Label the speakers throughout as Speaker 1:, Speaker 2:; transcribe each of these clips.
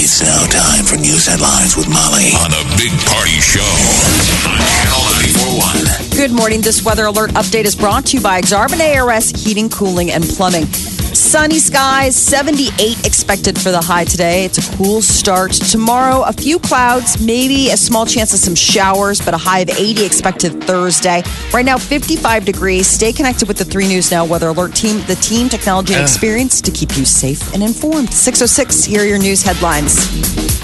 Speaker 1: It's now time for news headlines with Molly on a big party show on Channel 941.
Speaker 2: Good morning. This weather alert update is brought to you by Exarban ARS Heating, Cooling, and Plumbing. Sunny skies, 78 expected for the high today. It's a cool start. Tomorrow, a few clouds, maybe a small chance of some showers, but a high of 80 expected Thursday. Right now, 55 degrees. Stay connected with the 3 News Now Weather Alert team, the team, technology, and experience to keep you safe and informed. 606, here are your news headlines.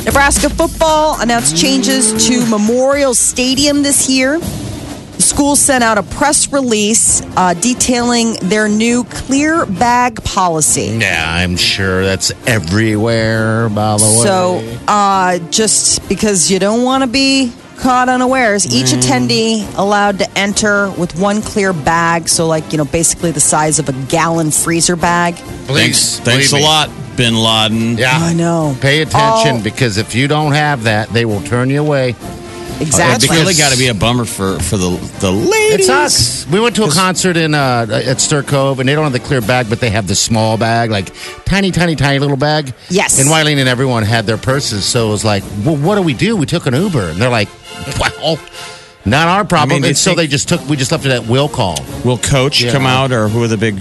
Speaker 2: Nebraska football announced changes to Memorial Stadium this year. The school sent out a press release uh, detailing their new clear bag policy.
Speaker 3: Yeah, I'm sure that's everywhere, by the
Speaker 2: So,
Speaker 3: way.
Speaker 2: uh, just because you don't want to be caught unawares, each attendee allowed to enter with one clear bag. So, like, you know, basically the size of a gallon freezer bag.
Speaker 3: Oh, Thanks, thanks a
Speaker 4: believe me.
Speaker 3: lot, Bin Laden. Yeah.
Speaker 2: I know.
Speaker 3: Pay attention
Speaker 2: Oh.
Speaker 3: because if you don't have that, they will turn you away.
Speaker 2: Exactly.
Speaker 3: That's
Speaker 4: That's really
Speaker 3: because-
Speaker 4: got to be a bummer for, for the, the ladies.
Speaker 3: It's us. We went to a concert in uh, at Stir Cove, and they don't have the clear bag, but they have the small bag, like tiny, tiny, tiny little bag.
Speaker 2: Yes.
Speaker 3: And Wileen and everyone had their purses, so it was like, well, what do we do? We took an Uber, and they're like, well, not our problem.
Speaker 4: they
Speaker 3: and so
Speaker 4: think-
Speaker 3: they just took, we just left it at will call.
Speaker 4: Will Coach
Speaker 3: Yeah.
Speaker 4: come out, or who are the big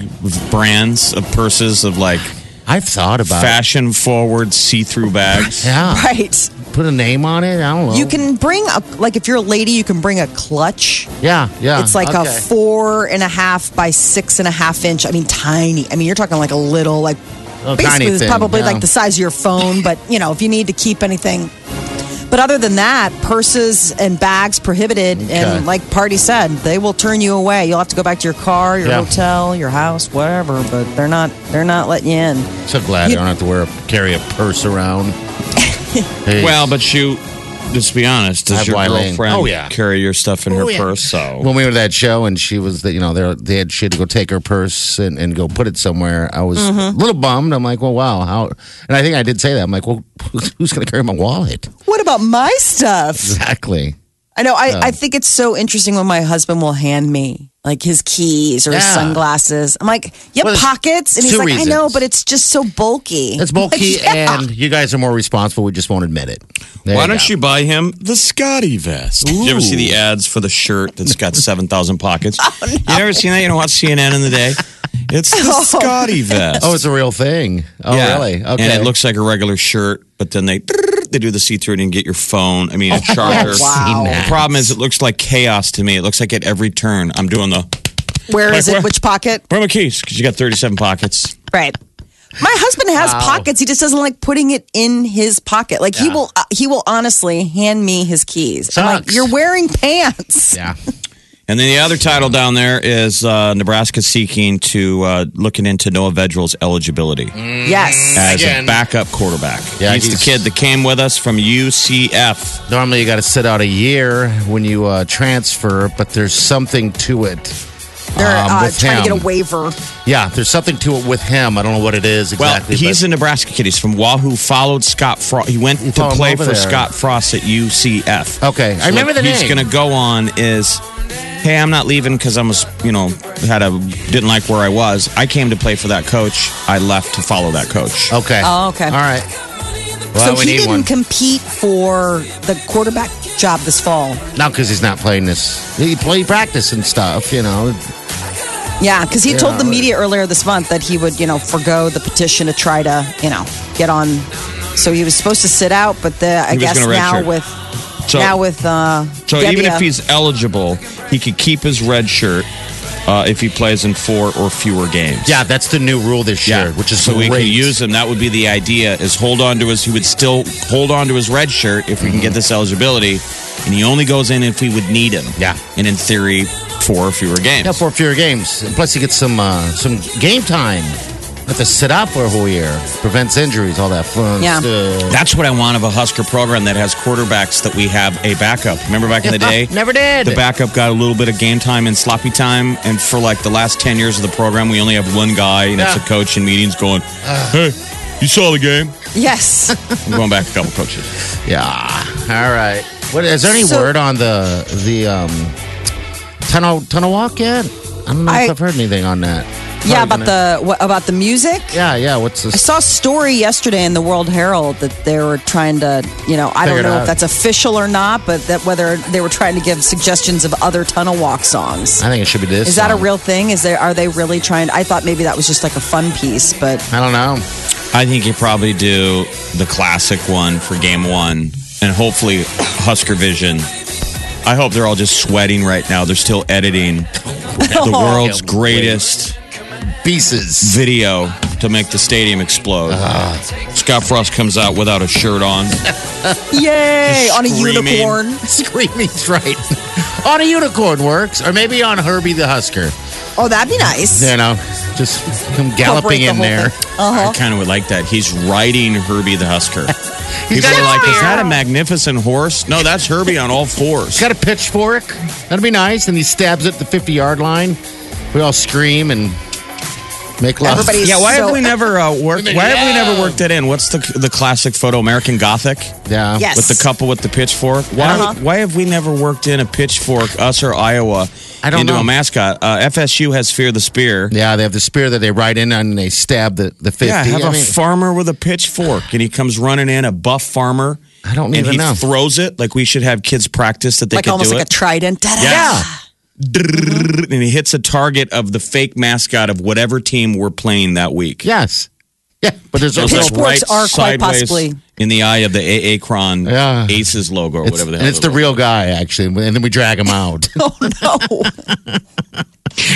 Speaker 4: brands of purses of like
Speaker 3: I've thought about it.
Speaker 4: fashion forward see through bags?
Speaker 3: Uh, Yeah.
Speaker 2: Right.
Speaker 3: Put a name on it. I don't know.
Speaker 2: You can bring a, like, if you're a lady, you can bring a clutch.
Speaker 3: Yeah, yeah.
Speaker 2: It's like a
Speaker 3: okay.
Speaker 2: four and a half by six and a half inch. I mean, tiny. I mean, you're talking like a little, like
Speaker 3: A
Speaker 2: basically,
Speaker 3: Oh, tiny
Speaker 2: it's
Speaker 3: thing,
Speaker 2: probably
Speaker 3: yeah.
Speaker 2: like the size of your phone. But you know, if you need to keep anything. But other than that, purses and bags prohibited.
Speaker 3: Okay.
Speaker 2: And like Party said, they will turn you away. You'll have to go back to your car, your
Speaker 3: Yeah.
Speaker 2: hotel, your house, whatever. But they're not they're not letting you in.
Speaker 3: So glad I
Speaker 2: You-
Speaker 3: don't have to wear a, carry a purse around. Hey.
Speaker 4: Well, but you, let's be honest,
Speaker 3: I
Speaker 4: does
Speaker 3: have
Speaker 4: your
Speaker 3: Wileen.
Speaker 4: girlfriend
Speaker 3: Oh, yeah.
Speaker 4: carry your stuff in her
Speaker 3: Oh, yeah.
Speaker 4: purse? So
Speaker 3: when we were to that show and she was, the, you know, they're- they had she had to go take her purse and, and go put it somewhere. I was a little bummed. I'm like, well, wow, how? And I think I did say that. I'm like, well, who's going to carry my wallet?
Speaker 2: What about my stuff?
Speaker 3: Exactly.
Speaker 2: I know. I, I think it's so interesting when my husband will hand me like his keys or his
Speaker 3: Yeah.
Speaker 2: sunglasses. I'm like, you have
Speaker 3: Well, there's
Speaker 2: pockets? And he's
Speaker 3: two
Speaker 2: like, I know,
Speaker 3: reasons.
Speaker 2: but it's just so bulky.
Speaker 3: It's bulky,
Speaker 2: Like, yeah.
Speaker 3: and you guys are more responsible. We just won't admit it. There
Speaker 4: Why don't
Speaker 3: go.
Speaker 4: you buy him the Scotty vest? Did you ever see the ads for the shirt that's got 7,000 pockets?
Speaker 3: Oh,
Speaker 4: You never seen that? You don't watch CNN in the day? It's the Scotty vest.
Speaker 3: Oh, it's a real thing. Oh, really? Okay.
Speaker 4: And it looks like a regular shirt, but then they they do the see through and you get your phone. I mean, a charger.
Speaker 3: I've
Speaker 2: Wow.
Speaker 3: seen that.
Speaker 4: The problem is, it looks like chaos to me. It looks like at every turn, I'm doing the
Speaker 2: Where is
Speaker 4: Like, where-
Speaker 2: it? Which pocket?
Speaker 4: where are my keys? Because you got 37 pockets.
Speaker 2: Right. My husband has pockets. He just doesn't like putting it in his pocket. Like he will, uh, he will honestly hand me his keys. I'm like,
Speaker 3: Sucks.
Speaker 2: you're wearing pants.
Speaker 3: Yeah.
Speaker 4: And then the other title down there is uh, Nebraska seeking to uh, looking into Noah Vedral's eligibility
Speaker 2: Yes.
Speaker 4: as
Speaker 3: Mm. Again.
Speaker 4: a backup quarterback.
Speaker 3: Yeah,
Speaker 4: he's,
Speaker 3: he's-
Speaker 4: the kid that came with us from UCF.
Speaker 3: Normally, you got to sit out a year when you uh, transfer, but there's something to it.
Speaker 2: They're
Speaker 3: um,
Speaker 2: uh,
Speaker 3: with
Speaker 2: trying to
Speaker 3: him.
Speaker 2: get a waiver.
Speaker 3: Yeah, there's something to it with him. I don't know what it is
Speaker 4: Well,
Speaker 3: exactly.
Speaker 4: he's
Speaker 3: but
Speaker 4: a Nebraska kid. He's from Wahoo. Followed Scott Frost. He went to
Speaker 3: follow him
Speaker 4: play
Speaker 3: over
Speaker 4: for
Speaker 3: there.
Speaker 4: Scott Frost at UCF.
Speaker 3: Okay, I remember
Speaker 4: what
Speaker 3: the
Speaker 4: he's
Speaker 3: name.
Speaker 4: going to go on is, hey, I'm not leaving because I'm, a s- you know, had a didn't like where I was. I came to play for that coach. I left to follow that coach.
Speaker 3: okay.
Speaker 2: Oh, okay.
Speaker 3: All right. Well,
Speaker 2: so
Speaker 3: we
Speaker 2: he
Speaker 3: need
Speaker 2: didn't
Speaker 3: one
Speaker 2: compete for the quarterback job this fall.
Speaker 3: now because he's not playing this. He play practice and stuff, you know.
Speaker 2: Yeah, because he
Speaker 3: Yeah,
Speaker 2: told the
Speaker 3: like-
Speaker 2: media earlier this month that he would, you know, forego the petition to try to, you know, get on. So he was supposed to sit out, but the I
Speaker 4: He was
Speaker 2: guess
Speaker 4: gonna
Speaker 2: now
Speaker 4: redshirt.
Speaker 2: with
Speaker 4: So-
Speaker 2: now with uh,
Speaker 4: So even
Speaker 2: Gebbia,
Speaker 4: if he's eligible, he could keep his red shirt uh, if he plays in four or fewer games.
Speaker 3: Yeah, that's the new rule this year, which is
Speaker 4: so
Speaker 3: great.
Speaker 4: we can use him. That would be the idea: is hold on to his. He would still hold on to his red shirt if we can get this eligibility, and he only goes in if we would need him.
Speaker 3: Yeah.
Speaker 4: and in theory, four or fewer games.
Speaker 3: yeah, for fewer games. And Plus, he gets some uh, some game time. have to sit out for a whole year. Prevents injuries, all that fun
Speaker 2: Yeah.
Speaker 3: stuff.
Speaker 4: That's what I want of a Husker program that has quarterbacks that we have a backup. Remember back in the day?
Speaker 3: Never did.
Speaker 4: The backup got a little bit of game time and sloppy time. And for like the last 10 years of the program, we only have one guy, and it's
Speaker 3: Yeah.
Speaker 4: a coach in meetings going, Hey, you saw the game.
Speaker 2: Yes.
Speaker 4: I'm going back a couple coaches.
Speaker 3: Yeah. All right. What is there any
Speaker 2: So-
Speaker 3: word on the the um tunnel tunnel walk yet? I don't know
Speaker 2: I-
Speaker 3: if I've heard anything on that.
Speaker 2: yeah, about
Speaker 3: Probably
Speaker 2: the what, about the music.
Speaker 3: gonna- yeah yeah. What's
Speaker 2: I
Speaker 3: this?
Speaker 2: saw a story yesterday in the World Herald that they were trying to, you know, I
Speaker 3: Figure
Speaker 2: don't
Speaker 3: it
Speaker 2: know if
Speaker 3: out.
Speaker 2: that's official or not, but that whether they were trying to give suggestions of other tunnel walk songs.
Speaker 3: I think it should be this. um,
Speaker 2: Is that a
Speaker 3: song.
Speaker 2: real thing? Is there are they really trying? I thought maybe that was just like a fun piece, but
Speaker 3: I don't know.
Speaker 4: I think you probably do the classic one for game one, and hopefully Husker Vision. I hope they're all just sweating right now. They're still editing the world's greatest
Speaker 3: Pieces.
Speaker 4: video to make the stadium explode.
Speaker 3: Uh-huh.
Speaker 4: Scott Frost comes out without a shirt on.
Speaker 2: yay
Speaker 4: Just
Speaker 2: on a
Speaker 4: screaming.
Speaker 2: unicorn.
Speaker 3: Screaming's right. on a unicorn works, or maybe on Herbie the Husker.
Speaker 2: Oh, that'd be nice.
Speaker 3: You know, just come galloping
Speaker 2: Incorporate the
Speaker 3: in
Speaker 2: whole
Speaker 3: there.
Speaker 2: thing. Uh-huh.
Speaker 4: I kind of would like that. He's riding Herbie the Husker.
Speaker 3: He's
Speaker 4: People
Speaker 3: got
Speaker 4: are
Speaker 3: a
Speaker 4: like, is
Speaker 3: spear.
Speaker 4: that a magnificent horse? No, that's Herbie on all fours.
Speaker 3: Got a pitchfork. That'd be nice. And he stabs it at the 50 yard line. We all scream and make love.
Speaker 2: Everybody's-
Speaker 4: Yeah, why
Speaker 2: So-
Speaker 4: have we never uh, worked? Why have we never worked that in? What's the the classic photo American Gothic?
Speaker 3: Yeah.
Speaker 2: Yes.
Speaker 4: with the couple with the pitchfork. Why
Speaker 2: Uh-huh.
Speaker 4: why have we never worked in a pitchfork, us or Iowa,
Speaker 3: I don't
Speaker 4: into
Speaker 3: know.
Speaker 4: a mascot? Uh, FSU has Fear the Spear.
Speaker 3: Yeah, they have the spear that they ride in on and they stab the, the 50.
Speaker 4: Yeah, have
Speaker 3: I
Speaker 4: a
Speaker 3: mean,
Speaker 4: farmer with a pitchfork, and he comes running in, a buff farmer.
Speaker 3: I don't
Speaker 4: and
Speaker 3: even
Speaker 4: he
Speaker 3: know.
Speaker 4: throws it like we should have kids practice that they
Speaker 2: like
Speaker 4: could
Speaker 2: almost
Speaker 4: do
Speaker 2: like
Speaker 4: it.
Speaker 2: a trident. Da-da.
Speaker 4: Yeah. Drrrr, and he hits a target of the fake mascot of whatever team we're playing that week.
Speaker 3: yes. Yeah, but there's
Speaker 4: So it's
Speaker 3: also.
Speaker 4: like
Speaker 2: Pitchforks
Speaker 4: right
Speaker 2: are quite
Speaker 4: sideways
Speaker 2: possibly-
Speaker 4: in the eye of the AA Cron
Speaker 3: Yeah.
Speaker 4: Aces logo or
Speaker 3: it's,
Speaker 4: whatever the
Speaker 3: and
Speaker 4: hell
Speaker 3: it's the
Speaker 4: it was.
Speaker 3: real guy, actually. And then we drag him out.
Speaker 2: Oh no.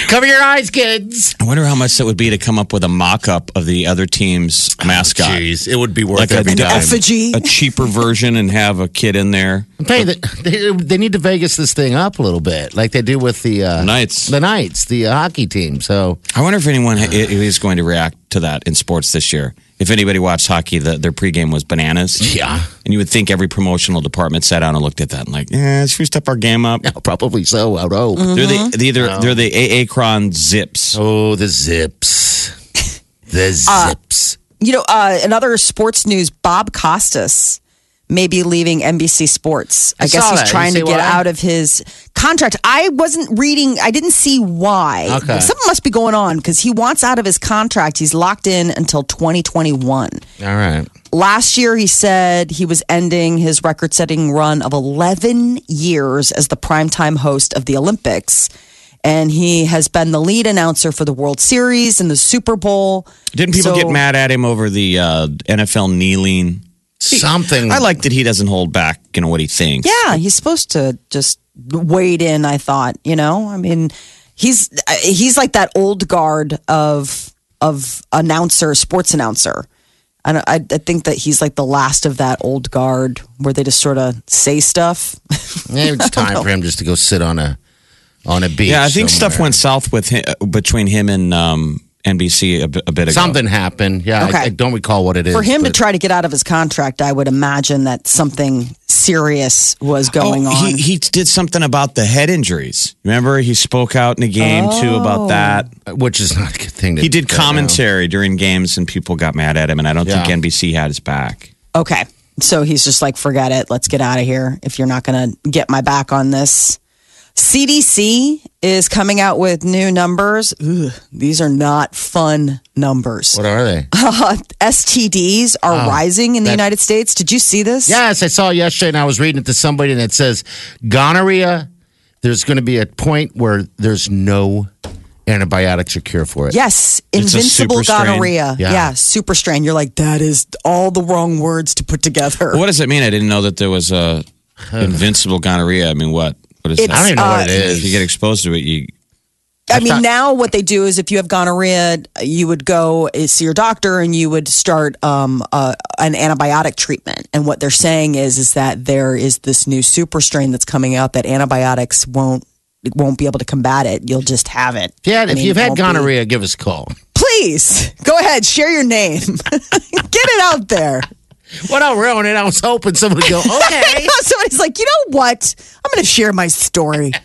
Speaker 3: Cover your eyes, kids.
Speaker 4: I wonder how much it would be to come up with a mock up of the other team's mascot.
Speaker 3: Oh, Jeez, it would be worth
Speaker 4: like a,
Speaker 3: every
Speaker 4: an
Speaker 3: dime.
Speaker 2: effigy.
Speaker 4: a cheaper version and have a kid in there.
Speaker 3: I'm telling you, they, they need to Vegas this thing up a little bit, like they do with the uh,
Speaker 4: Knights.
Speaker 3: the Knights, the uh, hockey team. So
Speaker 4: I wonder if anyone i- is going to react to that in sports this year. If anybody watched hockey, the, their pregame was bananas.
Speaker 3: Yeah.
Speaker 4: And you would think every promotional department sat down and looked at that and like, eh, screws up our game up.
Speaker 3: no, probably so. I would hope.
Speaker 4: They're the, the either, they're the AA Cron Zips.
Speaker 3: Oh, the zips, the
Speaker 4: Uh,
Speaker 3: zips.
Speaker 2: You know, uh, in other sports news, Bob Costas may be leaving NBC Sports. I,
Speaker 3: I
Speaker 2: guess
Speaker 3: saw
Speaker 2: he's
Speaker 3: that. You
Speaker 2: trying to
Speaker 3: see
Speaker 2: get
Speaker 3: why?
Speaker 2: out of his contract. I wasn't reading, I didn't see why.
Speaker 3: Okay.
Speaker 2: Something must be going on because he wants out of his contract. He's locked in until 2021.
Speaker 3: All right.
Speaker 2: Last year, he said he was ending his record setting run of 11 years as the primetime host of the Olympics. And he has been the lead announcer for the World Series and the Super Bowl.
Speaker 4: Didn't people
Speaker 2: So-
Speaker 4: get mad at him over the uh, NFL kneeling?
Speaker 3: Something.
Speaker 4: I like that he doesn't hold back, you know, what he thinks.
Speaker 2: Yeah, he's supposed to just wade in. I thought, you know, I mean, he's uh, he's like that old guard of of announcer, sports announcer. I don't, I, I think that he's like the last of that old guard where they just sort of say stuff.
Speaker 3: Maybe it's time for him just to go sit on a on a beach.
Speaker 4: Yeah, I think stuff
Speaker 3: somewhere.
Speaker 4: went south with him, between him and um, NBC a, bi- a bit ago.
Speaker 3: Something happened. Yeah, I-
Speaker 2: Okay.
Speaker 3: I, don't recall what it is.
Speaker 2: For him to
Speaker 3: but-
Speaker 2: try to get out of his contract, I would imagine that something serious was going
Speaker 4: Oh,
Speaker 2: on.
Speaker 4: He, he did something about the head injuries. Remember, he spoke out in a game too about that.
Speaker 3: which is not a good thing. To
Speaker 4: He did
Speaker 3: do right now.
Speaker 4: commentary during games, and people got mad at him. And I don't
Speaker 3: Yeah.
Speaker 4: think NBC had his back.
Speaker 2: okay. So he's just like, forget it. Let's get out of here if you're not going to get my back on this. CDC is coming out with new numbers. Ugh, these are not fun numbers.
Speaker 3: What are they?
Speaker 2: STDs are
Speaker 4: Ah,
Speaker 2: rising in the
Speaker 3: that-
Speaker 2: United States. Did you see this?
Speaker 3: Yes, I saw it yesterday, and I was reading it to somebody, and it says gonorrhea. There's going to be a point where there's no antibiotics or cure for it.
Speaker 2: Yes,
Speaker 4: It's a
Speaker 2: invincible
Speaker 4: super strain.
Speaker 2: gonorrhea.
Speaker 3: Yeah.
Speaker 2: yeah, super strain. You're like, that is all the wrong words to put together.
Speaker 4: What does it mean? I didn't know that there was a invincible gonorrhea. I mean, what? What is
Speaker 2: It's-
Speaker 3: I don't even
Speaker 4: that?
Speaker 3: know what it
Speaker 4: If
Speaker 3: is.
Speaker 4: you get exposed to it, you
Speaker 2: I mean, now what they do is if you have gonorrhea, you would go uh, see your doctor and you would start um, uh, an antibiotic treatment. And what they're saying is, is that there is this new super strain that's coming out that antibiotics won't it won't be able to combat it. You'll just have it.
Speaker 3: Yeah,
Speaker 2: I
Speaker 3: if
Speaker 2: mean,
Speaker 3: you've
Speaker 2: it
Speaker 3: had
Speaker 2: won't be-
Speaker 3: gonorrhea, give us a call.
Speaker 2: please go ahead, share your name. Get it out there.
Speaker 3: Well, I'll ruin it. I was hoping someone would go,
Speaker 2: I
Speaker 3: okay.
Speaker 2: know somebody's like, you know what? I'm going to share my story.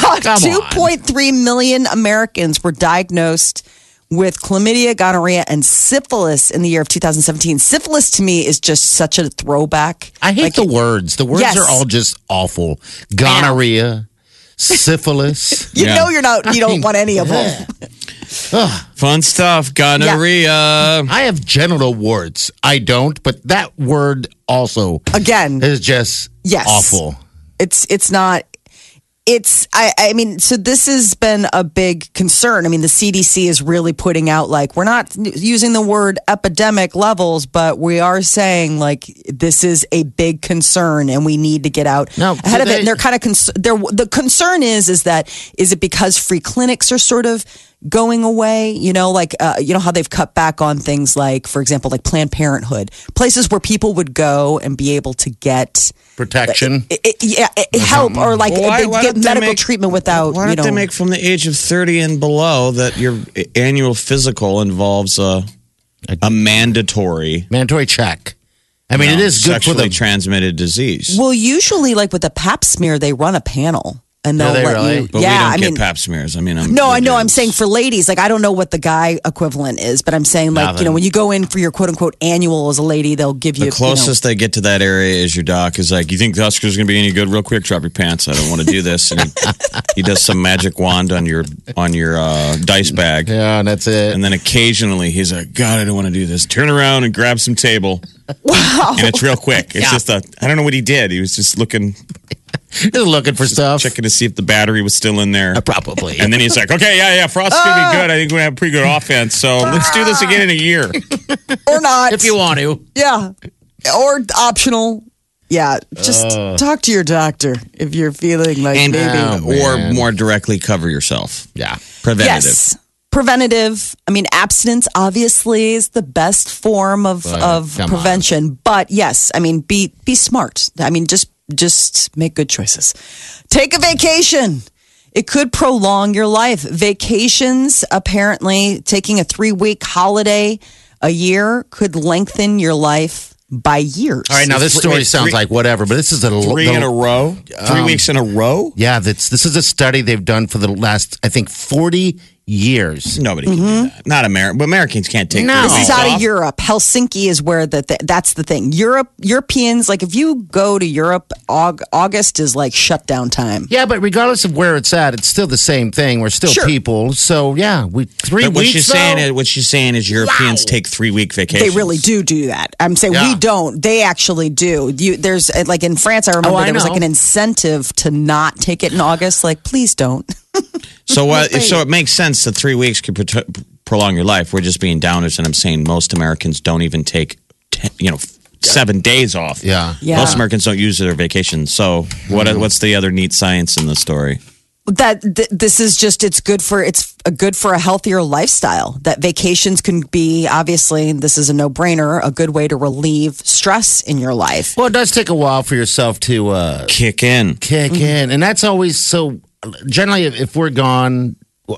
Speaker 2: Uh,
Speaker 3: Come on.
Speaker 2: 2.3 million Americans were diagnosed with chlamydia, gonorrhea, and syphilis in the year of 2017. Syphilis to me is just such a throwback.
Speaker 3: I hate the words. The words
Speaker 2: Yes.
Speaker 3: are all just awful. Gonorrhea, syphilis.
Speaker 2: You
Speaker 4: Yeah.
Speaker 2: know you're not. You don't want any of them.
Speaker 4: Fun stuff. Gonorrhea.
Speaker 3: I have genital warts. I don't, but that word also
Speaker 2: Again,
Speaker 3: is just
Speaker 2: Yes.
Speaker 3: awful.
Speaker 2: it's it's not it's I, I mean so this has been a big concern i mean the cdc is really putting out like we're not using the word epidemic levels but we are saying like this is a big concern and we need to get out
Speaker 3: Now,
Speaker 2: ahead
Speaker 3: do
Speaker 2: of it
Speaker 3: they-
Speaker 2: and they're kind of cons- they're, the concern is is that is it because free clinics are sort of going away you know like uh, you know how they've cut back on things like for example like planned parenthood places where people would go and be able to get
Speaker 3: Protection.
Speaker 2: it, it, yeah, it, help or like
Speaker 4: Why-
Speaker 2: they
Speaker 4: why
Speaker 2: get
Speaker 4: don't they
Speaker 2: medical
Speaker 4: make-
Speaker 2: treatment without
Speaker 4: Why
Speaker 2: you
Speaker 4: don't
Speaker 2: know.
Speaker 4: they make from the age of 30 and below that your annual physical involves a, a mandatory
Speaker 3: Mandatory check. I mean, it
Speaker 4: uh,
Speaker 3: is good for
Speaker 4: sexually
Speaker 3: the
Speaker 4: transmitted disease?
Speaker 2: well, usually like with the Pap smear, they run a panel and
Speaker 3: Do
Speaker 2: they'll
Speaker 3: they
Speaker 2: let
Speaker 3: really?
Speaker 2: you.
Speaker 4: but
Speaker 2: yeah,
Speaker 4: we don't
Speaker 2: I
Speaker 4: get
Speaker 2: mean,
Speaker 4: pap smears. I mean, I'm,
Speaker 2: no, I know. I'm saying for ladies, like I don't know what the guy equivalent is, but I'm saying like you know when you go in for your quote unquote annual as a lady, they'll give you
Speaker 4: the closest they get to that area is your doc is like, you think the Oscar's going to be any good? Real quick, drop your pants. I don't want to do this. And he, he does some magic wand on your on your uh, dice bag.
Speaker 3: Yeah, and that's it.
Speaker 4: And then occasionally he's like, God, I don't want to do this. Turn around and grab some table. Wow. And it's real quick. It's just a, I don't know what he did. He was just looking,
Speaker 3: Just looking for stuff. Uh,
Speaker 4: checking to see if the battery was still in there.
Speaker 3: Probably.
Speaker 4: And then he's like, okay, yeah, yeah, Frost's going to be good. I think we're going to have pretty good offense. So let's do this again in a year.
Speaker 2: you know, or not
Speaker 3: if you want to.
Speaker 2: yeah, or optional. Yeah, just talk to your doctor if you're feeling like
Speaker 4: And, uh,
Speaker 2: maybe.
Speaker 4: or more directly cover yourself.
Speaker 3: Yeah.
Speaker 4: Preventative.
Speaker 2: Yes. Preventative. I mean, abstinence obviously is the best form of, of
Speaker 3: come on.
Speaker 2: prevention. But yes, I mean, be be smart. I mean, just just make good choices. Take a vacation. It could prolong your life. Vacations, apparently, taking a three week holiday a year could lengthen your life by years.
Speaker 3: All right, now this story
Speaker 4: Wait,
Speaker 3: sounds
Speaker 4: three-
Speaker 3: like whatever, but this is a
Speaker 4: Three
Speaker 3: the-
Speaker 4: in a row? Three weeks in a row?
Speaker 3: Yeah, that's this is a study they've done for the last I think 40 years.
Speaker 4: Nobody can do that. Not American. Americans can't take
Speaker 3: No.
Speaker 4: three
Speaker 2: This is
Speaker 4: weeks
Speaker 2: out of
Speaker 4: off.
Speaker 2: Europe. Helsinki is where the th- that's the thing. Europe Europeans like if you go to Europe, Aug- August is like shutdown time.
Speaker 3: Yeah, but regardless of where it's at, it's still the same thing. We're still
Speaker 2: Sure.
Speaker 3: people. So, yeah, we 3
Speaker 4: But what
Speaker 3: weeks
Speaker 4: she's saying
Speaker 3: though?
Speaker 4: is, what she's saying is, Europeans take three week
Speaker 2: They
Speaker 4: vacations.
Speaker 2: really do do that. I'm saying we
Speaker 3: Yeah.
Speaker 2: don't. They actually do. You, there's uh, like in France, I remember
Speaker 3: Oh, I
Speaker 2: there was
Speaker 3: know.
Speaker 2: like an incentive to not take it in August. Like, please don't.
Speaker 4: So what? so it makes sense that three weeks could pro- prolong your life. We're just being downers, and I'm saying most Americans don't even take, ten, you know, seven days off.
Speaker 3: Yeah. Mm-hmm.
Speaker 2: Yeah.
Speaker 4: Most Americans don't use their vacation. So what? What's the other neat science in the story?
Speaker 2: that th- this is just it's good for it's a good for a healthier lifestyle that vacations can be obviously this is a no-brainer a good way to relieve stress in your life
Speaker 3: Well, it does take a while for yourself to uh
Speaker 4: Kick in.
Speaker 3: kick in. And that's always so generally, if, if we're gone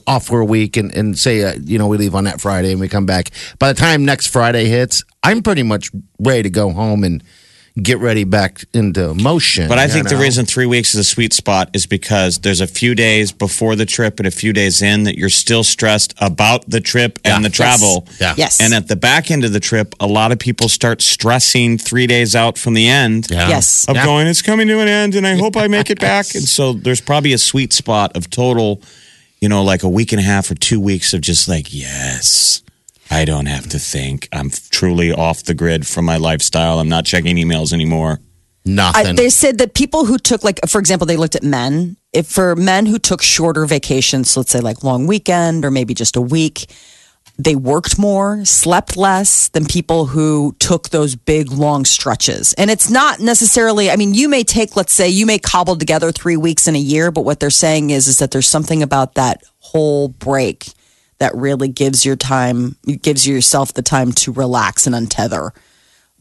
Speaker 3: off for a week and, and say, uh, you know, we leave on that Friday and we come back, by the time next Friday hits, I'm pretty much ready to go home and get ready back into motion.
Speaker 4: But I
Speaker 3: you
Speaker 4: think the
Speaker 3: know?
Speaker 4: reason three weeks is a sweet spot is because there's a few days before the trip and a few days in that you're still stressed about the trip and the travel.
Speaker 3: Yeah.
Speaker 2: Yes.
Speaker 4: And at the back end of the trip, a lot of people start stressing three days out from the end
Speaker 2: yes
Speaker 4: of
Speaker 3: Yeah.
Speaker 4: going, it's coming to an end and I hope I make it back. And so there's probably a sweet spot of total, you know, like a week and a half or two weeks of just like, yes, I don't have to think. I'm truly off the grid from my lifestyle. I'm not checking emails anymore.
Speaker 2: I,
Speaker 3: Nothing.
Speaker 2: they said that people who took like for example they looked at men if for men who took shorter vacations so let's say like long weekend or maybe just a week they worked more slept less than people who took those big long stretches and it's not necessarily i mean you may take let's say you may cobble together three weeks in a year but what they're saying is is that there's something about that whole break that really gives your time gives yourself the time to relax and untether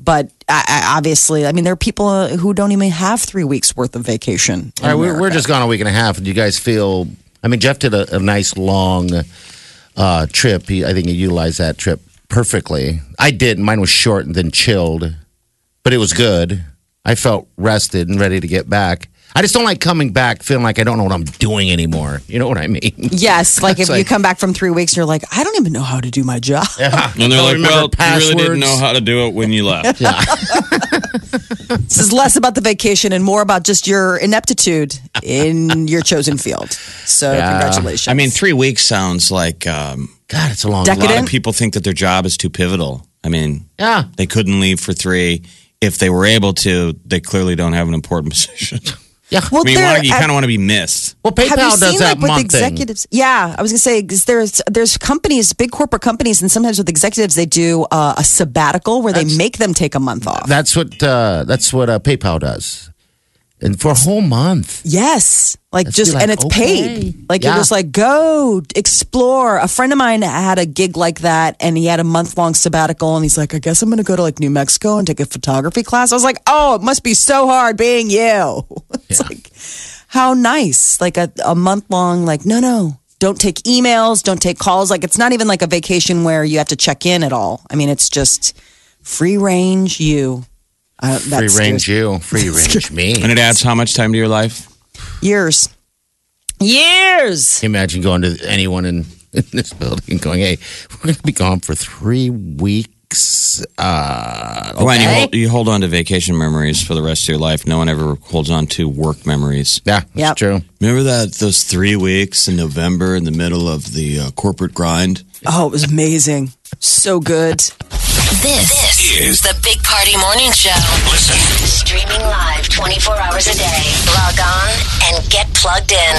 Speaker 2: but I, I, obviously, I mean, there are people uh, who don't even have three weeks worth of vacation. in
Speaker 3: All right, we're, we're
Speaker 2: America.
Speaker 3: just gone a week and a half, and you guys feel. I mean, Jeff did a, a nice long uh, trip. He, I think he utilized that trip perfectly. I did. Mine was short and then chilled, but it was good. I felt rested and ready to get back. I just don't like coming back feeling like I don't know what I'm doing anymore. You know what I mean?
Speaker 2: Yes, like if
Speaker 3: It's
Speaker 2: you
Speaker 3: like-
Speaker 2: come back from three weeks, you're like, I don't even know how to do my job.
Speaker 4: And they're
Speaker 3: Don't
Speaker 4: like, well,
Speaker 3: Ah, remember
Speaker 4: you really didn't
Speaker 3: passwords.
Speaker 4: know how to do it when you left.
Speaker 2: This is less about the vacation and more about just your ineptitude in your chosen field. So congratulations.
Speaker 4: I mean, three weeks sounds like um,
Speaker 3: God, it's a long.
Speaker 4: a lot
Speaker 2: Decadent.
Speaker 4: of people think that their job is too pivotal. I mean,
Speaker 3: Yeah.
Speaker 4: they couldn't leave for three. If they were able to, they clearly don't have an important position.
Speaker 3: Yeah.
Speaker 2: Well,
Speaker 4: I mean, you,
Speaker 2: there-
Speaker 4: wanna, you kind of want to be missed.
Speaker 3: Well, PayPal
Speaker 2: Have you
Speaker 3: does
Speaker 2: seen
Speaker 3: that
Speaker 2: like with
Speaker 3: month thing.
Speaker 2: executives? Yeah, I was gonna say 'cause there's there's companies, big corporate companies, and sometimes with executives they do uh, a sabbatical where they make them take a month off.
Speaker 3: That's what uh, that's what uh, PayPal does, and for a whole month.
Speaker 2: yes, like
Speaker 3: That's
Speaker 2: just
Speaker 3: be like,
Speaker 2: and it's
Speaker 3: okay.
Speaker 2: paid. Like you're
Speaker 3: Yeah.
Speaker 2: just like go explore. A friend of mine had a gig like that, and he had a month long sabbatical, and he's like, I guess I'm gonna go to like New Mexico and take a photography class. I was like, oh, it must be so hard being you. it's like how nice like a, a month long like no no don't take emails don't take calls like it's not even like a vacation where you have to check in at all i mean it's just free range you I don't,
Speaker 3: Free
Speaker 2: that's
Speaker 3: range you, free range me.
Speaker 4: And it adds how much time to your life?
Speaker 2: years years
Speaker 3: Imagine going to anyone in, in this building going, "Hey, we're going to be gone for three weeks." Uh,
Speaker 4: Well, and you
Speaker 3: okay.
Speaker 4: hold, you hold on to vacation memories for the rest of your life. No one ever holds on to work memories.
Speaker 3: Yeah, that's
Speaker 2: Yep.
Speaker 3: true.
Speaker 4: Remember that those three weeks in November in the middle of the uh, corporate grind?
Speaker 2: oh it was amazing so good
Speaker 5: This, is the Big Party Morning Show. Listen. Streaming live 24 hours a day. Log on and get plugged in.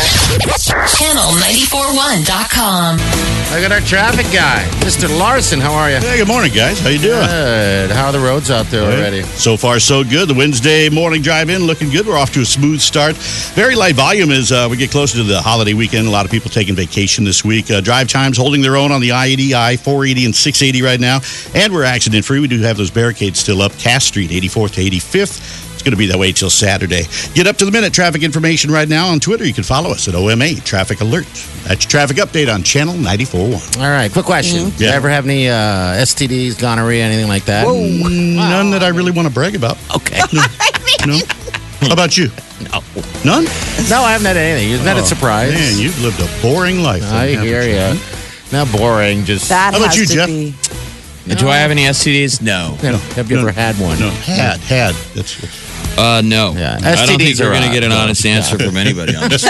Speaker 5: Channel941.com.
Speaker 3: Look at our traffic guy, Mr. Larson. How are you?
Speaker 6: Hey, good morning, guys. How you doing?
Speaker 3: Good. How are the roads out there already?
Speaker 6: So far, so good. The Wednesday morning drive-in looking good. We're off to a smooth start. Very light volume as uh, we get closer to the holiday weekend. A lot of people taking vacation this week. Uh, drive times holding their own on the I-80, I-480, and 680 right now. And we're accident-free. We do have those barricades still up. Cass Street, 84th to 85th. It's going to be that way till Saturday. Get up to the minute traffic information right now on Twitter. You can follow us at OMA Traffic Alert. That's your traffic update on Channel 94.1.
Speaker 3: All right. Quick question.
Speaker 2: Mm-hmm.
Speaker 3: Did you
Speaker 6: Yeah.
Speaker 3: ever have any uh, STDs, gonorrhea, anything like that?
Speaker 6: None that I really want to brag about.
Speaker 3: Okay.
Speaker 6: No. no. How about you? No. None?
Speaker 3: no, I haven't had anything. Isn't that a surprise?
Speaker 6: Oh, Man, you've lived a boring life.
Speaker 3: I
Speaker 6: haven't
Speaker 3: hear you. Not boring. Just
Speaker 2: that
Speaker 6: How about
Speaker 2: has
Speaker 6: you,
Speaker 2: to
Speaker 6: Jeff?
Speaker 2: be
Speaker 4: Uh, Do I have any STDs? No.
Speaker 3: You know, have you
Speaker 6: No.
Speaker 3: ever had one?
Speaker 6: No, had, had. That's
Speaker 4: Uh, no.
Speaker 3: Yeah.
Speaker 4: I don't think
Speaker 3: STDs
Speaker 4: we're
Speaker 3: are
Speaker 4: going to
Speaker 3: odd,
Speaker 4: get an
Speaker 3: though.
Speaker 4: honest answer from anybody on this.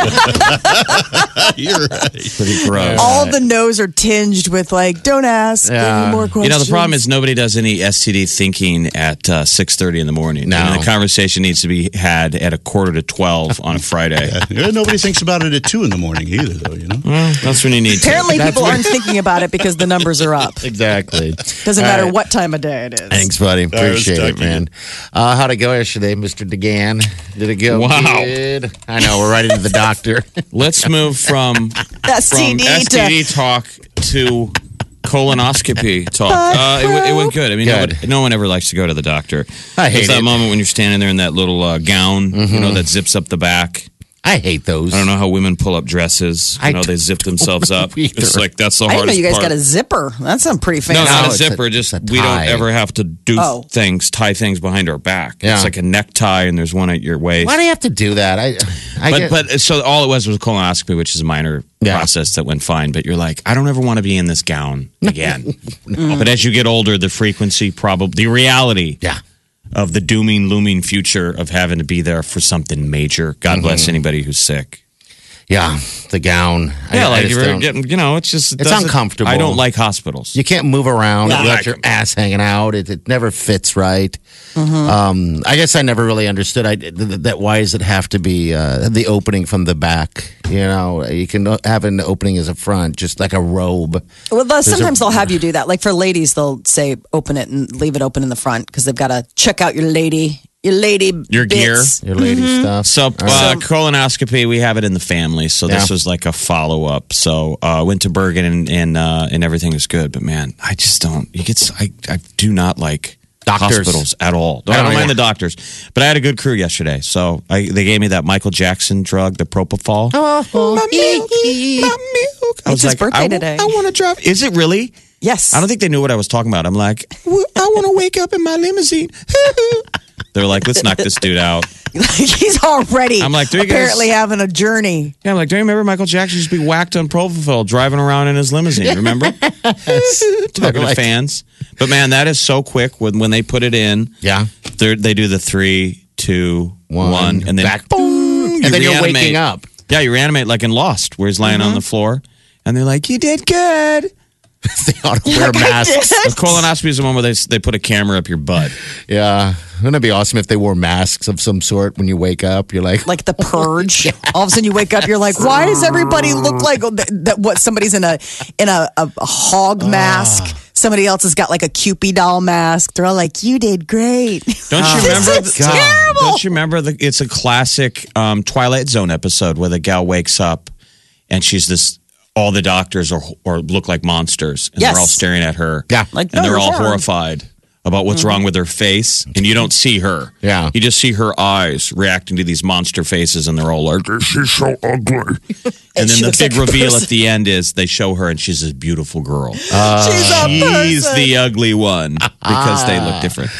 Speaker 6: you're right.
Speaker 4: Pretty gross.
Speaker 2: all the no's are tinged with like don't ask
Speaker 3: Yeah.
Speaker 2: any more
Speaker 4: You
Speaker 2: questions
Speaker 4: know, the problem is nobody does any STD thinking at uh, six thirty in the morning.
Speaker 3: No.
Speaker 4: and the conversation needs to be had at a quarter to twelve on a Friday.
Speaker 6: Yeah, Nobody thinks about it at two in the morning either, though. You know.
Speaker 4: Well, that's when you need to.
Speaker 2: apparently people aren't thinking about it because the numbers are up
Speaker 3: Exactly.
Speaker 2: doesn't
Speaker 3: All
Speaker 2: matter
Speaker 3: right.
Speaker 2: what time of day it is
Speaker 3: Thanks, buddy.
Speaker 6: was
Speaker 3: Appreciate it,
Speaker 6: stuck
Speaker 3: man.
Speaker 6: in
Speaker 3: Uh, how'd it go yesterday, Mr. DeGan? Did it go
Speaker 4: Wow.
Speaker 3: good? I know, we're right into the doctor.
Speaker 4: Let's move from from
Speaker 2: STD to-
Speaker 4: STD talk to colonoscopy talk. Uh, it, wa- it went good. I mean,
Speaker 3: Good.
Speaker 4: nobody- no one ever likes to go to the doctor.
Speaker 3: I hate
Speaker 4: it's that
Speaker 3: it. Mm-hmm.
Speaker 4: moment when you're standing there in that little uh, gown, you know, that zips up the back.
Speaker 3: I hate those.
Speaker 4: I don't know how women pull up dresses. You
Speaker 3: I
Speaker 4: know, they zip themselves up.
Speaker 3: either.
Speaker 4: It's like that's the
Speaker 2: I didn't
Speaker 4: hardest
Speaker 2: know you guys
Speaker 4: part.
Speaker 2: got a zipper. That's some pretty
Speaker 4: No,
Speaker 2: fancy.
Speaker 4: not a
Speaker 3: it's a-
Speaker 4: zipper. just
Speaker 3: it's a
Speaker 4: we don't
Speaker 3: tie.
Speaker 4: ever have to do
Speaker 2: Oh.
Speaker 4: things, tie things behind our back.
Speaker 3: Yeah.
Speaker 4: It's like a necktie, and there's one at your waist.
Speaker 3: Why do you have to do that? I, I
Speaker 4: But
Speaker 3: get-
Speaker 4: but so all it was was colonoscopy, which is a minor
Speaker 3: Yeah.
Speaker 4: process that went fine. But you're like, I don't ever want to be in this gown again. But as you get older, the frequency, probably the reality
Speaker 3: yeah.
Speaker 4: of the dooming, looming future of having to be there for something major. God bless
Speaker 3: Mm-hmm.
Speaker 4: anybody who's sick.
Speaker 3: Yeah. The gown. I-
Speaker 4: Yeah,
Speaker 3: I
Speaker 4: like
Speaker 3: just
Speaker 4: you're
Speaker 3: don't-
Speaker 4: getting, you know, it's just it
Speaker 3: It's
Speaker 4: doesn't-
Speaker 3: uncomfortable.
Speaker 4: I don't like hospitals.
Speaker 3: you can't move around.
Speaker 4: Yeah.
Speaker 3: You got your ass hanging out. It, it never fits right. Um, I guess I never really understood I, th- th- that. Why does it have to be uh, the opening from the back? You know, you can uh, have an opening as a front, just like a robe.
Speaker 2: Well, they'll- sometimes they'll have you do that. Like for ladies, they'll say open it and leave it open in the front because they've got to check out your lady, your lady,
Speaker 4: Your gear.
Speaker 2: bits.
Speaker 3: Your lady stuff.
Speaker 4: So, uh, colonoscopy, we have it in the family. So this
Speaker 3: Yeah.
Speaker 4: was like a follow up. So uh, went to Bergen and and, uh, and everything was good. But man, I just don't. You get s- I I do not like
Speaker 3: Doctors.
Speaker 4: hospitals at all. I
Speaker 3: I
Speaker 4: don't,
Speaker 3: don't
Speaker 4: mind
Speaker 3: either.
Speaker 4: the doctors, but I had a good crew yesterday. Oh, So I, they gave me that Michael Jackson drug, the propofol.
Speaker 3: Oh,
Speaker 4: joke? I
Speaker 2: Oh, It's
Speaker 4: was
Speaker 2: his
Speaker 4: like,
Speaker 2: birthday
Speaker 4: I wa-
Speaker 2: today.
Speaker 4: I want to drive. Is it really?
Speaker 2: Yes.
Speaker 4: I don't think they knew what I was talking about. I'm like, "W- I want to wake up in my limousine. They're like, let's knock this dude out.
Speaker 2: he's already
Speaker 4: I'm like, do you guys-
Speaker 2: apparently having a journey.
Speaker 4: Yeah, I'm like, do you remember Michael Jackson used to be whacked on Propofol driving around in his limousine? Remember? Talking to
Speaker 3: Like-
Speaker 4: fans. But man, that is so quick when when they put it in.
Speaker 3: Yeah.
Speaker 4: they're- they do the three, two, one, and then
Speaker 3: back, boom,
Speaker 4: you
Speaker 3: and then you're
Speaker 4: reanimate.
Speaker 3: waking up. Mm-hmm.
Speaker 4: Yeah, you reanimate like in Lost, where he's lying on the floor, and they're like, "You did good."
Speaker 3: they ought to wear masks.
Speaker 4: The colonoscopy is the one where they s- they put a camera up your butt.
Speaker 3: Yeah, wouldn't it be awesome if they wore masks of some sort when you wake up? You're like,
Speaker 2: Like the purge. All of a sudden you wake up, you're like, why does everybody look like that, that what somebody's in a in a, a, a hog mask? Somebody else has got like a Cupid doll mask. They're all like, you did great.
Speaker 4: Don't you remember?
Speaker 2: This is terrible.
Speaker 4: Don't you remember? The, it's a classic um, Twilight Zone episode where the gal wakes up and she's this. All the doctors are or look like monsters, and
Speaker 2: Yes.
Speaker 4: they're all staring at her.
Speaker 3: Yeah.
Speaker 2: Like,
Speaker 4: and
Speaker 2: no, Mm-hmm.
Speaker 4: they're all
Speaker 2: you're wrong.
Speaker 4: horrified about what's wrong with her face, and you don't see her.
Speaker 3: Yeah.
Speaker 4: you just see her eyes reacting to these monster faces, and they're all like, "This is so ugly." And, then
Speaker 2: she
Speaker 4: the
Speaker 2: looks
Speaker 4: big
Speaker 2: like a
Speaker 4: reveal
Speaker 2: person. Oh.
Speaker 4: at the end is they show her, and she's this beautiful girl.
Speaker 2: She's a
Speaker 4: He's
Speaker 2: person.
Speaker 4: the ugly one because they
Speaker 2: Ah.
Speaker 4: look different.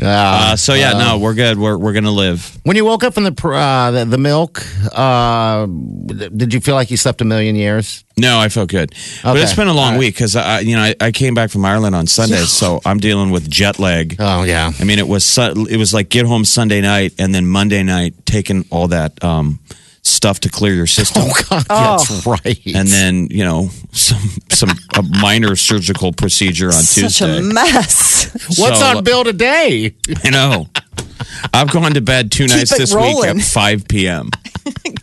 Speaker 4: Uh, so yeah, no, we're good. We're we're gonna live.
Speaker 3: when you woke up from the pr- uh, the, the milk, uh, th- did you feel like you slept a million years?
Speaker 4: No, I felt good, but
Speaker 3: Okay.
Speaker 4: it's been a long week 'cause week because I, you know, I, I came back from Ireland on Sunday, so I'm dealing with jet lag.
Speaker 3: Oh yeah,
Speaker 4: I mean, it was su- it was like get home Sunday night and then Monday night taking all that um, stuff to clear your system,
Speaker 2: Oh,
Speaker 3: God, that's right.
Speaker 4: and then you know some some a minor surgical procedure on
Speaker 2: Such
Speaker 4: Tuesday.
Speaker 2: a mess.
Speaker 3: what's
Speaker 4: So-
Speaker 3: on bill today?
Speaker 4: I know. I've gone to bed two nights
Speaker 2: it
Speaker 4: this week
Speaker 2: rolling.
Speaker 4: at 5 p.m.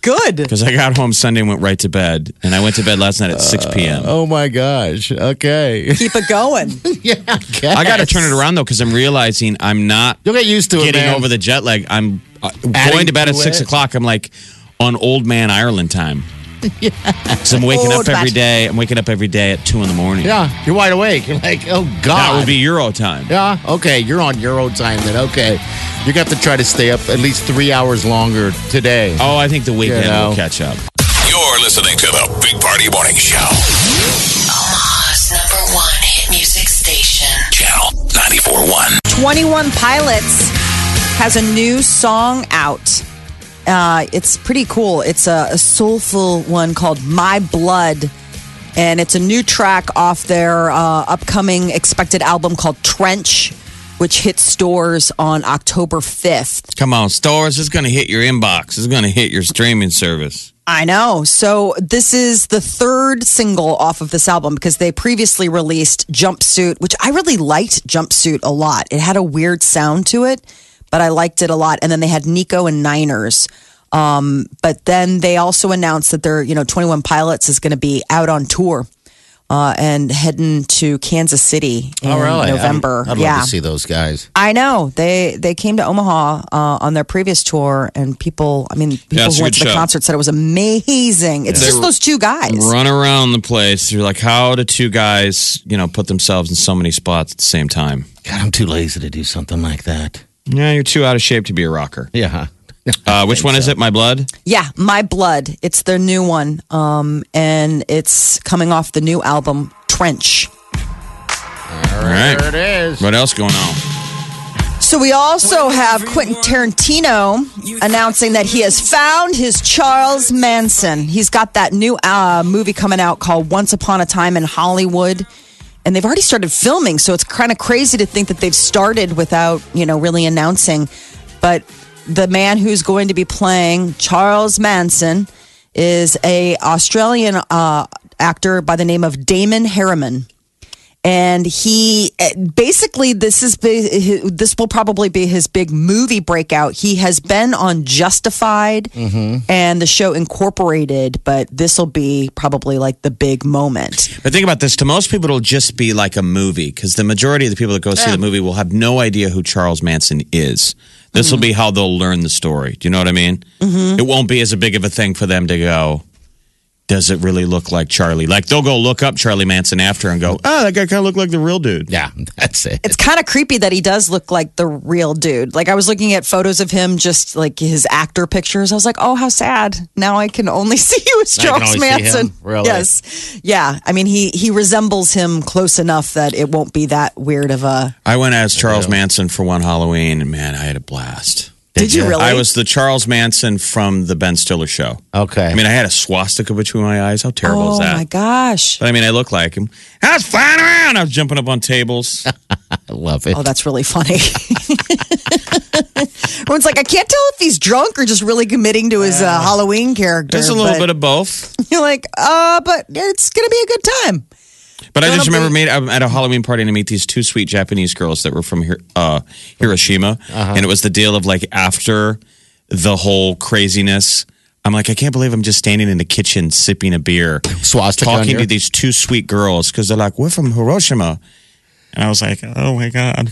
Speaker 2: Good.
Speaker 4: because I got home Sunday and went right to bed, and I went to bed last night at 6 p.m.
Speaker 3: Oh my gosh. Okay.
Speaker 2: Keep it going.
Speaker 3: yeah.
Speaker 4: I got to turn it around though because I'm realizing I'm not
Speaker 3: You'll get used to it.
Speaker 4: getting
Speaker 3: man.
Speaker 4: over the jet lag. I'm uh,
Speaker 3: Adding
Speaker 4: going to bed at
Speaker 3: to
Speaker 4: six
Speaker 3: it.
Speaker 4: o'clock. I'm like on old man Ireland time. So I'm waking
Speaker 2: Old
Speaker 4: up every
Speaker 2: man.
Speaker 4: day. I'm waking up every day at two in the morning.
Speaker 3: Yeah, you're wide awake. You're like, oh god.
Speaker 4: that would be Euro time.
Speaker 3: Yeah. Okay, you're on your own time then. Okay, you got to try to stay up at least three hours longer today.
Speaker 4: Oh, I think the weekend
Speaker 3: You know.
Speaker 4: will catch up.
Speaker 1: You're listening to the Big Party Morning Show.
Speaker 5: Omaha's number one hit music station.
Speaker 1: Channel 941.
Speaker 2: 21 Pilots has a new song out. Uh, it's pretty cool. It's a, a soulful one called My Blood. And it's a new track off their uh, upcoming expected album called Trench, which hits stores on October 5th.
Speaker 4: Come on, stores. It's going to hit your inbox. It's going to hit your streaming service.
Speaker 2: I know. So this is the third single off of this album because they previously released Jumpsuit, which I really liked Jumpsuit a lot. It had a weird sound to it, but I liked it a lot. And then they had Nico and Niners. Um, but then they also announced that their, you know, 21 Pilots is going to be out on tour uh, and heading to Kansas City in
Speaker 3: Oh, really?
Speaker 2: November.
Speaker 3: I'd, I'd
Speaker 2: yeah.
Speaker 3: love to see those guys.
Speaker 2: I know they they came to Omaha uh, on their previous tour, and people. I mean, people
Speaker 4: Yeah, it's
Speaker 2: who
Speaker 4: a
Speaker 2: went to
Speaker 4: good
Speaker 2: the
Speaker 4: show.
Speaker 2: concert said it was amazing. It's just those two guys.
Speaker 4: Run around the place. You're like, how do two guys, you know, put themselves in so many spots at the same time?
Speaker 3: God, I'm too lazy to do something like that.
Speaker 4: Yeah, you're too out of shape to be a rocker.
Speaker 3: Yeah.
Speaker 4: Uh, which one is it? My blood.
Speaker 2: Yeah, My Blood. It's their new one, um, and it's coming off the new album Trench.
Speaker 4: All right.
Speaker 3: There it is.
Speaker 4: What else going on?
Speaker 2: So we also have Quentin Tarantino announcing that he has found his Charles Manson. He's got that new uh, movie coming out called Once Upon a Time in Hollywood, and they've already started filming. So it's kind of crazy to think that they've started without you know really announcing. But the man who's going to be playing Charles Manson is a Australian uh, actor by the name of Damon Harriman and he eh, basically this is bi- hi- this will probably be his big movie breakout. He has been on Justified
Speaker 3: Mm-hmm.
Speaker 2: and the show Incorporated, but this will be probably like the big moment.
Speaker 4: But think about this: to most people, it'll just be like a movie because the majority of the people that go see the movie will have no idea who Charles Manson is. This will be how they'll learn the story. Do you know what I mean? It won't be as a big of a thing for them to go. does it really look like Charlie? Like they'll go look up Charlie Manson after and go, oh, that guy kind of looked like the real dude.
Speaker 3: Yeah, that's it.
Speaker 2: It's kind of creepy that he does look like the real dude. Like I was looking at photos of him, just like his actor pictures. I was like, oh, how sad. Now I can only see you as
Speaker 3: Now you can
Speaker 2: Charles
Speaker 3: only see
Speaker 2: Manson.
Speaker 3: him? Really?
Speaker 2: Yes. Yeah. I mean, he he resembles him close enough that it won't be that weird of a.
Speaker 4: I went as Charles Manson for one Halloween, and man, I had a blast.
Speaker 2: Did, you really?
Speaker 4: I was the Charles Manson from the Ben Stiller show.
Speaker 3: Okay.
Speaker 4: I mean, I had a swastika between my eyes. How terrible is
Speaker 2: Oh
Speaker 4: that?
Speaker 2: my gosh.
Speaker 4: But I mean, I look like him. I was flying around. I was jumping up on tables.
Speaker 3: I love it.
Speaker 2: Oh, that's really funny. Everyone's like, I can't tell if he's drunk or just really committing to his uh, Halloween character.
Speaker 4: There's a little bit of both.
Speaker 2: of. You're like, uh, but it's going to be a good time.
Speaker 4: But I
Speaker 2: Don't
Speaker 4: just
Speaker 2: be-
Speaker 4: remember meet, I'm at a Halloween party and I meet these two sweet Japanese girls that were from Hir- uh, Hiroshima. And it was the deal of like after the whole craziness, I'm like, I can't believe I'm just standing in the kitchen sipping a beer,
Speaker 3: Swastika on
Speaker 4: talking
Speaker 3: your-
Speaker 4: to these two sweet girls because they're like, we're from Hiroshima. And I was like, oh my God.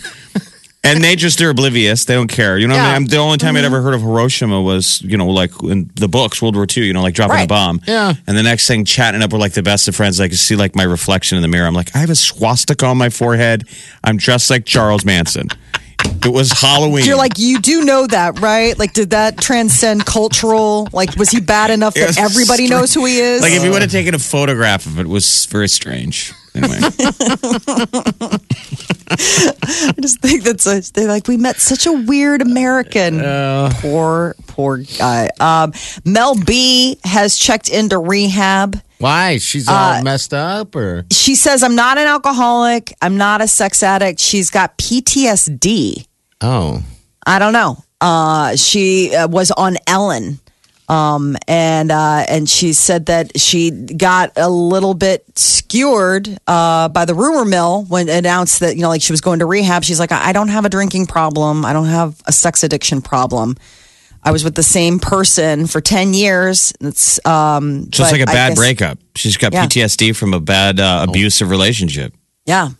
Speaker 4: And they just, they're oblivious. They don't care. You know what
Speaker 2: Yeah. Mm-hmm.
Speaker 4: I mean? The only time I'd ever heard of Hiroshima was, you know, like in the books, World War II, you know, like dropping a
Speaker 2: Right.
Speaker 4: bomb.
Speaker 3: Yeah.
Speaker 4: And the next thing, chatting up with like the best of friends, I could see like my reflection in the mirror. I'm like, I have a swastika on my forehead. I'm dressed like Charles Manson. It was Halloween.
Speaker 2: You're like, you do know that, right? Like, did that transcend cultural? Like, was he bad enough
Speaker 4: It
Speaker 2: that
Speaker 4: was
Speaker 2: everybody
Speaker 4: strange.
Speaker 2: knows who he is?
Speaker 4: like if you would have taken a photograph of it, it was very strange. Anyway,
Speaker 2: I just think that's a, they're like we met such a weird American. poor, poor guy. Um, Mel B has checked into rehab.
Speaker 3: Why? She's
Speaker 2: Uh,
Speaker 3: all messed up or
Speaker 2: She says, "I'm not an alcoholic. I'm not a sex addict. She's got PTSD.
Speaker 3: Oh.
Speaker 2: I don't know. Uh, she uh, was on Ellen." Um, and uh, and she said that she got a little bit skewered uh, by the rumor mill when it announced that you know like she was going to rehab. She's like, I I don't have a drinking problem. I don't have a sex addiction problem. I was with the same person for ten years. It's um,
Speaker 4: just
Speaker 2: but
Speaker 4: like a
Speaker 2: I
Speaker 4: bad
Speaker 2: guess-
Speaker 4: breakup. She's got
Speaker 2: Yeah.
Speaker 4: PTSD from a bad uh, abusive relationship.
Speaker 2: Yeah.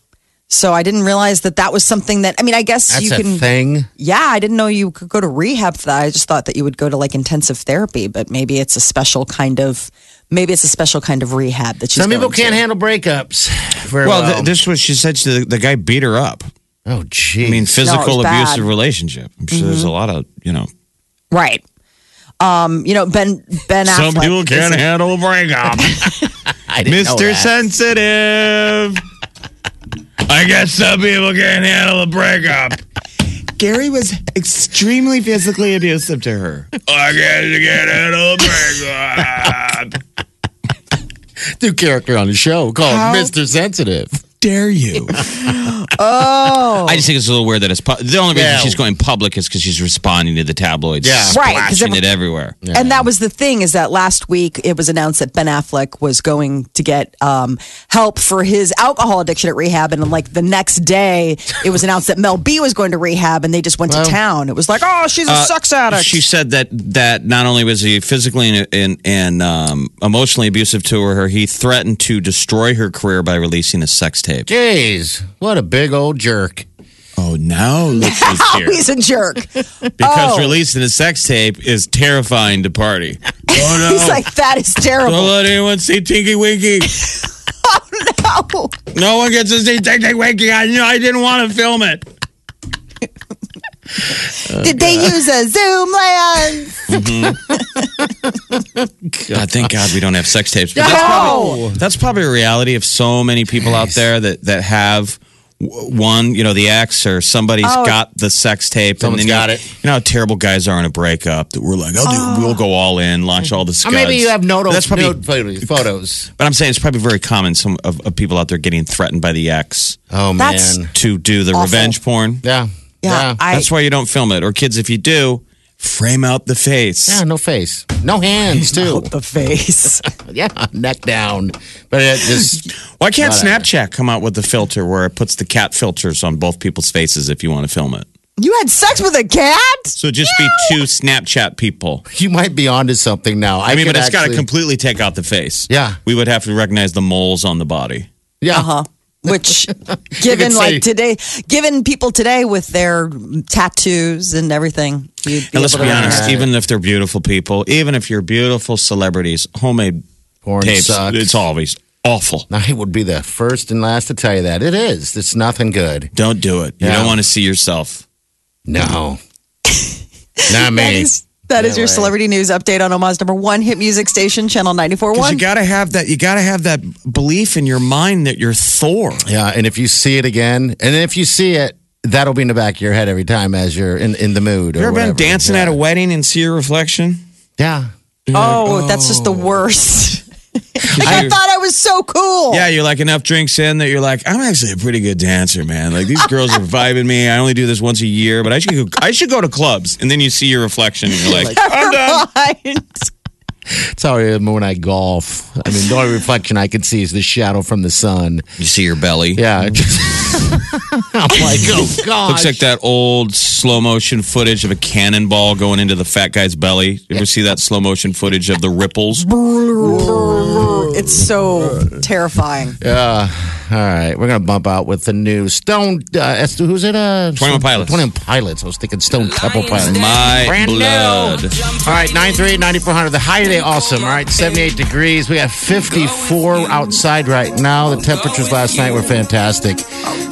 Speaker 2: So I didn't realize that that was something that I mean I guess
Speaker 3: That's
Speaker 2: you
Speaker 3: a
Speaker 2: can
Speaker 3: thing.
Speaker 2: yeah I didn't know you could go to rehab for that I just thought that you would go to like intensive therapy but maybe it's a special kind of maybe it's a special kind of rehab that she's
Speaker 3: Some people
Speaker 2: going
Speaker 3: can't
Speaker 2: to.
Speaker 3: handle breakups very well.
Speaker 4: Well, th- this was she said she, the, the guy beat her up.
Speaker 3: oh, gee.
Speaker 4: I mean, physical
Speaker 2: was bad.
Speaker 4: abusive relationship. I'm sure there's a lot of you know.
Speaker 2: right um you know Ben Ben
Speaker 4: Some
Speaker 2: Affleck
Speaker 4: people can't
Speaker 2: is-
Speaker 4: handle breakup.
Speaker 3: I didn't know that.
Speaker 4: Mr. Sensitive. I guess some people can't handle a breakup. Gary was extremely physically abusive to her. I guess you can't handle a breakup.
Speaker 3: New character on the show called
Speaker 4: How-
Speaker 3: Mr. Sensitive.
Speaker 4: Dare you? oh. I just think it's a little weird that it's pu- the only reason
Speaker 3: Yeah.
Speaker 4: she's going public is because she's responding to the tabloids.
Speaker 3: Yeah.
Speaker 2: Right, 'cause
Speaker 4: Splashing
Speaker 2: every-
Speaker 4: it everywhere.
Speaker 2: And that was the thing is that last week it was announced that Ben Affleck was going to get um, help for his alcohol addiction at rehab, and like the next day it was announced that Mel B was going to rehab, and they just went to town. It was like, oh, she's a
Speaker 4: uh,
Speaker 2: sex addict.
Speaker 4: She said that that not only was he physically and, and, and um, emotionally abusive to her, he threatened to destroy her career by releasing a sex tape.
Speaker 3: Jeez, what a big old jerk.
Speaker 4: Oh, now look who's
Speaker 2: oh,
Speaker 4: here.
Speaker 2: he's a jerk.
Speaker 4: Because
Speaker 2: oh.
Speaker 4: releasing a sex tape is terrifying to party. Oh,
Speaker 2: he's like, that is
Speaker 4: Don't
Speaker 2: terrible.
Speaker 4: let anyone see Tinky Winky.
Speaker 2: Oh, No.
Speaker 4: No one gets to see Tinky Winky. I knew I didn't want to film it.
Speaker 2: Did they use a zoom lens?
Speaker 4: God, thank God we don't have sex tapes. But that's,
Speaker 2: No.
Speaker 4: that's probably a reality of so many people out there that that have w- one, you know, the ex or somebody's got the sex tape.
Speaker 3: Someone's
Speaker 4: and then
Speaker 3: got
Speaker 4: you,
Speaker 3: it.
Speaker 4: You know how terrible guys are in a breakup that we're like, oh, dude, we'll go all in, launch all the
Speaker 3: Or
Speaker 4: scuds.
Speaker 3: maybe you have no
Speaker 4: But
Speaker 3: that's
Speaker 4: That's probably,
Speaker 3: nude photos- photos.
Speaker 4: but I'm saying it's probably very common. Some of, of people out there getting threatened by the ex
Speaker 3: Oh,
Speaker 2: That's-
Speaker 3: man.
Speaker 4: to do the
Speaker 2: Awful.
Speaker 4: revenge porn.
Speaker 3: Yeah.
Speaker 2: Yeah, I-
Speaker 4: That's why you don't film it. Or kids, if you do, frame out the face.
Speaker 3: Yeah, no face. No hands, too.
Speaker 2: The face.
Speaker 3: Yeah, uh, neck down. But it just,
Speaker 4: Why can't
Speaker 3: Whatever.
Speaker 4: Snapchat come out with the filter where it puts the cat filters on both people's faces if you want to film it?
Speaker 2: You had sex with a cat?
Speaker 4: So just be two Snapchat people.
Speaker 3: you might be onto something now. I,
Speaker 4: I mean,
Speaker 3: could
Speaker 4: but it's got to
Speaker 3: actually-
Speaker 4: completely take out the face.
Speaker 3: Yeah.
Speaker 4: We would have to recognize the moles on the body.
Speaker 3: Yeah.
Speaker 2: Huh. Uh-huh. Which, given
Speaker 3: could
Speaker 2: like
Speaker 3: say-
Speaker 2: today, given people today with their tattoos and everything, you'd be
Speaker 4: And let's
Speaker 2: able
Speaker 4: be
Speaker 2: to
Speaker 4: honest,
Speaker 3: recognize
Speaker 4: even if they're beautiful people, even if you're beautiful celebrities, homemade
Speaker 3: Porn
Speaker 4: tapes.
Speaker 3: sucks.
Speaker 4: It's always awful.
Speaker 3: I would be the first and last to tell you that. It is. It's nothing good.
Speaker 4: Don't do it. You
Speaker 3: Yeah.
Speaker 4: don't want to see yourself.
Speaker 3: No. Not
Speaker 2: That
Speaker 3: me.
Speaker 2: is, that is your
Speaker 3: Anyway.
Speaker 2: celebrity news update on Omaha's number one hit music station, Channel
Speaker 4: 'Cause you
Speaker 2: ninety-four-one.
Speaker 4: gotta have that. You gotta have that belief in your mind that you're Thor.
Speaker 3: Yeah, and if you see it again, and if you see it, that'll be in the back of your head every time as you're in, in the mood.
Speaker 4: You
Speaker 3: or
Speaker 4: ever
Speaker 3: whatever.
Speaker 4: been dancing
Speaker 3: yeah.
Speaker 4: at a wedding and see your reflection?
Speaker 3: Yeah.
Speaker 2: oh, that's just the worst. like, I, thought I was so cool.
Speaker 4: Yeah, you're like enough drinks in that you're like, I'm actually a pretty good dancer, man. Like these girls are vibing me. I only do this once a year, but I should go, I should go to clubs. And then you see your reflection and you're like, I'm done.
Speaker 2: Right.
Speaker 3: It's how I am when I golf. I mean, the only reflection I can see is the shadow from the sun.
Speaker 4: You see your belly.
Speaker 3: Yeah. it just- I'm like, oh, God.
Speaker 4: Looks like that old slow motion footage of a cannonball going into the fat guy's belly. You ever see that slow motion footage of the ripples?
Speaker 2: it's so terrifying.
Speaker 3: Uh, All right, we're gonna bump out with the new Stone. Uh, S- who's it? Uh,
Speaker 4: Twenty One Pilots.
Speaker 3: Twenty One Pilots. I was thinking Stone Temple Pilots.
Speaker 4: My
Speaker 3: Brand new.
Speaker 4: blood.
Speaker 3: All right, 93, 9400. The high today, awesome. All right, 78 degrees. We have 54 outside right now. The temperatures last night were fantastic.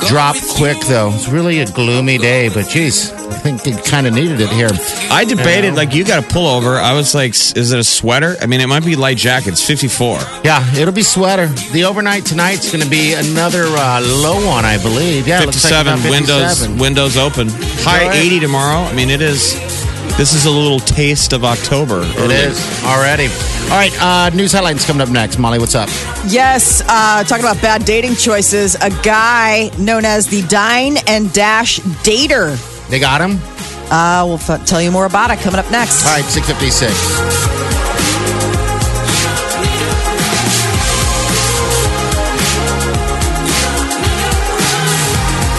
Speaker 3: Drop quick, though. It's really a gloomy day, but geez, I think it kind of needed it here.
Speaker 4: I debated like you got a pullover. I was like, s- is it a sweater? I mean, it might be light jacket. It's 54.
Speaker 3: Yeah, it'll be sweater. The overnight tonight's going to be another uh, low one, I believe. Yeah, it looks like
Speaker 4: 57,
Speaker 3: about
Speaker 4: windows
Speaker 3: 57.
Speaker 4: windows open. High
Speaker 3: Enjoy it.
Speaker 4: 80 tomorrow. I mean, it is. This is a little taste of October.
Speaker 3: It is already. All right, uh, news headlines coming up next. Molly, what's up?
Speaker 2: Yes, uh, talking about bad dating choices. A guy known as the Dine and Dash Dater.
Speaker 3: They got him.
Speaker 2: Uh, we'll f- tell you more about it coming up next.
Speaker 3: All right, six fifty six.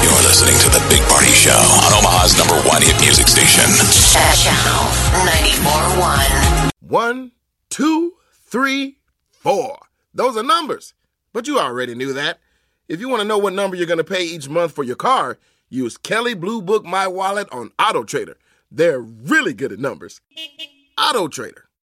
Speaker 1: You're listening to The Big Party Show on Omaha's number one hit music station.
Speaker 5: Channel 94.1.
Speaker 7: One, two, three, four. Those are numbers, but you already knew that. If you want to know what number you're going to pay each month for your car, use Kelly Blue Book My Wallet on Auto Trader. They're really good at numbers. Auto Trader.